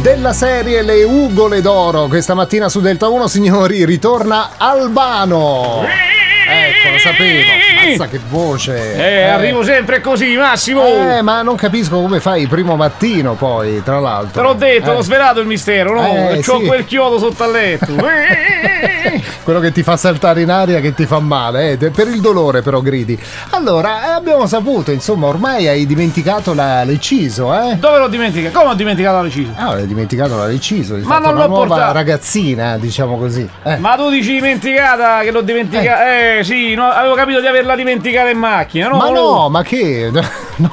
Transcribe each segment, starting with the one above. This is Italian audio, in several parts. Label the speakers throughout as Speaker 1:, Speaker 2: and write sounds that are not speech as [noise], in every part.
Speaker 1: della serie Le Ugole d'Oro. Questa mattina su Delta 1, signori, ritorna Albano. Ecco, lo sapevo. Mazza che voce.
Speaker 2: Eh, arrivo sempre così, Massimo.
Speaker 1: Eh, ma non capisco come fai il primo mattino poi, tra l'altro.
Speaker 2: Te l'ho detto,
Speaker 1: Eh,
Speaker 2: l'ho svelato il mistero, no?
Speaker 1: Eh,
Speaker 2: C'ho
Speaker 1: sì.
Speaker 2: quel chiodo sotto al letto.
Speaker 1: [laughs]
Speaker 2: Eh,
Speaker 1: Quello che ti fa saltare in aria che ti fa male, eh, de- per il dolore però gridi. Allora, eh, abbiamo saputo, insomma, ormai hai dimenticato la l'eciso, eh?
Speaker 2: Dove l'ho dimenticato? Come ho dimenticato la recisa?
Speaker 1: Ah, hai dimenticato la l'eciso, hai
Speaker 2: Ma
Speaker 1: fatto
Speaker 2: non
Speaker 1: una
Speaker 2: l'ho
Speaker 1: nuova
Speaker 2: portata.
Speaker 1: ragazzina, diciamo così. Eh.
Speaker 2: Ma tu dici dimenticata che l'ho dimenticata? Eh, sì, no, avevo capito di averla dimenticata in macchina, no?
Speaker 1: Ma
Speaker 2: Volevo-
Speaker 1: no, ma che? [laughs]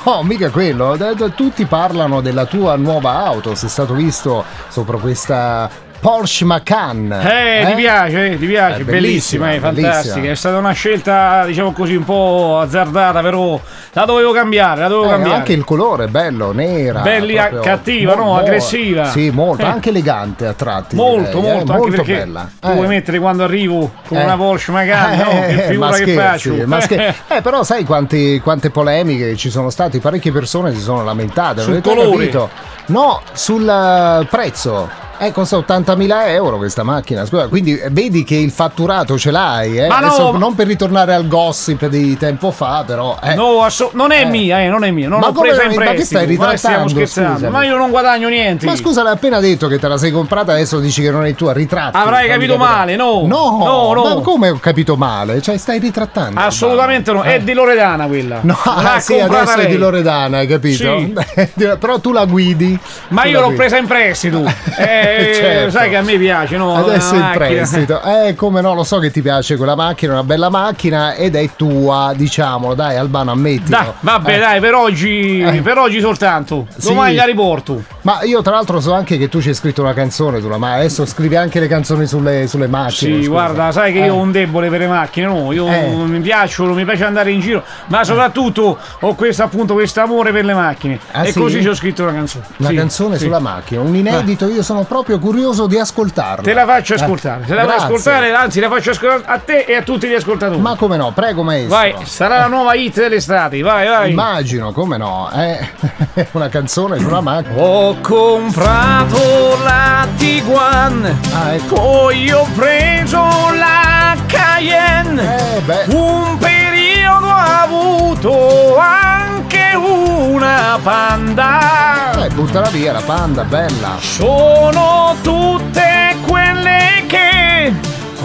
Speaker 1: No, mica quello. Da- da- Tutti parlano della tua nuova auto. Sei stato visto sopra questa Porsche Macan.
Speaker 2: Eh, ti piace, eh, ti piace,
Speaker 1: È bellissima,
Speaker 2: bellissima, è
Speaker 1: bellissima.
Speaker 2: fantastica. È stata una scelta, diciamo così, un po' azzardata, però la dovevo cambiare, la dovevo
Speaker 1: Eh,
Speaker 2: cambiare.
Speaker 1: anche il colore è bello, nera.
Speaker 2: Belli-
Speaker 1: proprio-
Speaker 2: cattiva, no? Aggressiva.
Speaker 1: Sì, molto,
Speaker 2: Eh.
Speaker 1: anche elegante a tratti.
Speaker 2: Molto,
Speaker 1: direi, eh,
Speaker 2: molto, anche perché
Speaker 1: bella.
Speaker 2: tu vuoi
Speaker 1: Eh.
Speaker 2: mettere quando arrivo con
Speaker 1: Eh.
Speaker 2: una Porsche Macan, no?
Speaker 1: [laughs] Eh,
Speaker 2: Che figura
Speaker 1: ma
Speaker 2: che
Speaker 1: scherzi,
Speaker 2: faccio.
Speaker 1: ma
Speaker 2: [laughs]
Speaker 1: scher- eh, però sai quanti- quante polemiche ci sono state, parecchie persone si sono lamentate.
Speaker 2: Sul
Speaker 1: avete
Speaker 2: colore.
Speaker 1: capito? No, sul eh, prezzo. Eh, costa 80.000 euro questa macchina, scusa, quindi eh, vedi che il fatturato ce l'hai, eh?
Speaker 2: Ma no,
Speaker 1: Adesso,
Speaker 2: ma-
Speaker 1: non per ritornare al gossip di tempo fa, però... eh.
Speaker 2: No, asso- non è
Speaker 1: Eh.
Speaker 2: mia, eh, non è mia, non
Speaker 1: Ma
Speaker 2: l'ho
Speaker 1: come
Speaker 2: presa
Speaker 1: non-
Speaker 2: in
Speaker 1: ma che
Speaker 2: prestito.
Speaker 1: stai ritrattando,
Speaker 2: stiamo scherzando,
Speaker 1: scusami?
Speaker 2: ma io non guadagno niente.
Speaker 1: Ma scusa, l'hai appena detto che te la sei comprata, adesso dici che non è tua, ritratti.
Speaker 2: Avrai
Speaker 1: fammi
Speaker 2: capito
Speaker 1: capire.
Speaker 2: male, no.
Speaker 1: No,
Speaker 2: No, no.
Speaker 1: ma come ho capito male? Cioè, stai ritrattando.
Speaker 2: Assolutamente no, è
Speaker 1: Eh.
Speaker 2: di Loredana quella.
Speaker 1: No,
Speaker 2: L'ha
Speaker 1: ah, sì,
Speaker 2: comprata
Speaker 1: adesso è di
Speaker 2: lei.
Speaker 1: Loredana, hai capito? [laughs] Però tu la guidi.
Speaker 2: Ma
Speaker 1: Tu
Speaker 2: io
Speaker 1: la
Speaker 2: l'ho
Speaker 1: guidi.
Speaker 2: presa in prestito.
Speaker 1: [laughs]
Speaker 2: Eh,
Speaker 1: Certo.
Speaker 2: Sai che a me piace, no?
Speaker 1: Adesso
Speaker 2: Una
Speaker 1: in
Speaker 2: macchina.
Speaker 1: prestito. Eh, come no, lo so che ti piace quella macchina, è una bella macchina ed è tua, diciamolo. Dai, Albano, ammettilo.
Speaker 2: Dai, vabbè,
Speaker 1: Eh,
Speaker 2: dai, per oggi,
Speaker 1: Eh.
Speaker 2: per oggi soltanto.
Speaker 1: Sì.
Speaker 2: Domani la riporto.
Speaker 1: Ma io tra l'altro so anche che tu ci hai scritto una canzone sulla ma adesso scrivi anche le canzoni sulle, sulle
Speaker 2: Sì,
Speaker 1: macchine. scusa.
Speaker 2: guarda, sai che
Speaker 1: Eh.
Speaker 2: io ho un debole per le macchine, no? Io
Speaker 1: Eh.
Speaker 2: mi piacciono, mi piace andare in giro, ma soprattutto ho questo appunto questo amore per le macchine.
Speaker 1: Ah,
Speaker 2: e
Speaker 1: sì?
Speaker 2: così ci ho scritto una canzone.
Speaker 1: Una
Speaker 2: Sì,
Speaker 1: canzone
Speaker 2: sì.
Speaker 1: sulla macchina, un inedito, io sono proprio curioso di ascoltarla.
Speaker 2: Te la faccio
Speaker 1: Eh,
Speaker 2: ascoltare, te la faccio
Speaker 1: grazie.
Speaker 2: ascoltare, anzi la faccio ascoltare a te e a tutti gli ascoltatori.
Speaker 1: Ma come no, prego maestro.
Speaker 2: vai, sarà la nuova hit dell'estate, vai, vai.
Speaker 1: Immagino, come no, eh? [laughs] una canzone sulla macchina.
Speaker 2: Ho comprato la Tiguan,
Speaker 1: Ah, ecco.
Speaker 2: poi ho preso la Cayenne.
Speaker 1: Eh, beh.
Speaker 2: Un periodo ha avuto anche una panda.
Speaker 1: Eh, buttala via la panda, bella.
Speaker 2: Sono tutte quelle che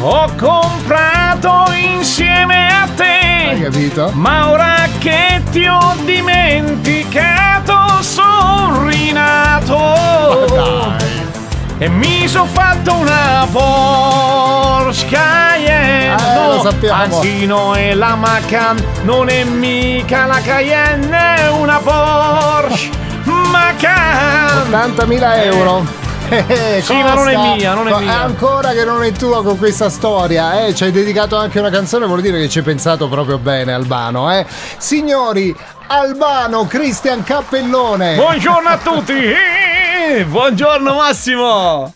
Speaker 2: ho comprato insieme a
Speaker 1: Hai
Speaker 2: te.
Speaker 1: capito?
Speaker 2: Ma ora che ti ho dimenticato, sono
Speaker 1: Ma
Speaker 2: rinato.
Speaker 1: dai.
Speaker 2: E mi sono fatto una Porsche Cayenne
Speaker 1: Eh, lo sappiamo.
Speaker 2: Anzi no, è la Macan Non è mica la Cayenne È una Porsche Macan
Speaker 1: 80.000 euro. Eh, eh,
Speaker 2: Sì, ma non è
Speaker 1: costa.
Speaker 2: mia, non è
Speaker 1: Ma
Speaker 2: mia.
Speaker 1: Ancora che non è tua con questa storia, eh? Ci hai dedicato anche una canzone, vuol dire che ci hai pensato proprio bene, Albano, eh? Signori, Albano, Cristian Cappellone.
Speaker 2: Buongiorno a tutti Eh, Buongiorno Massimo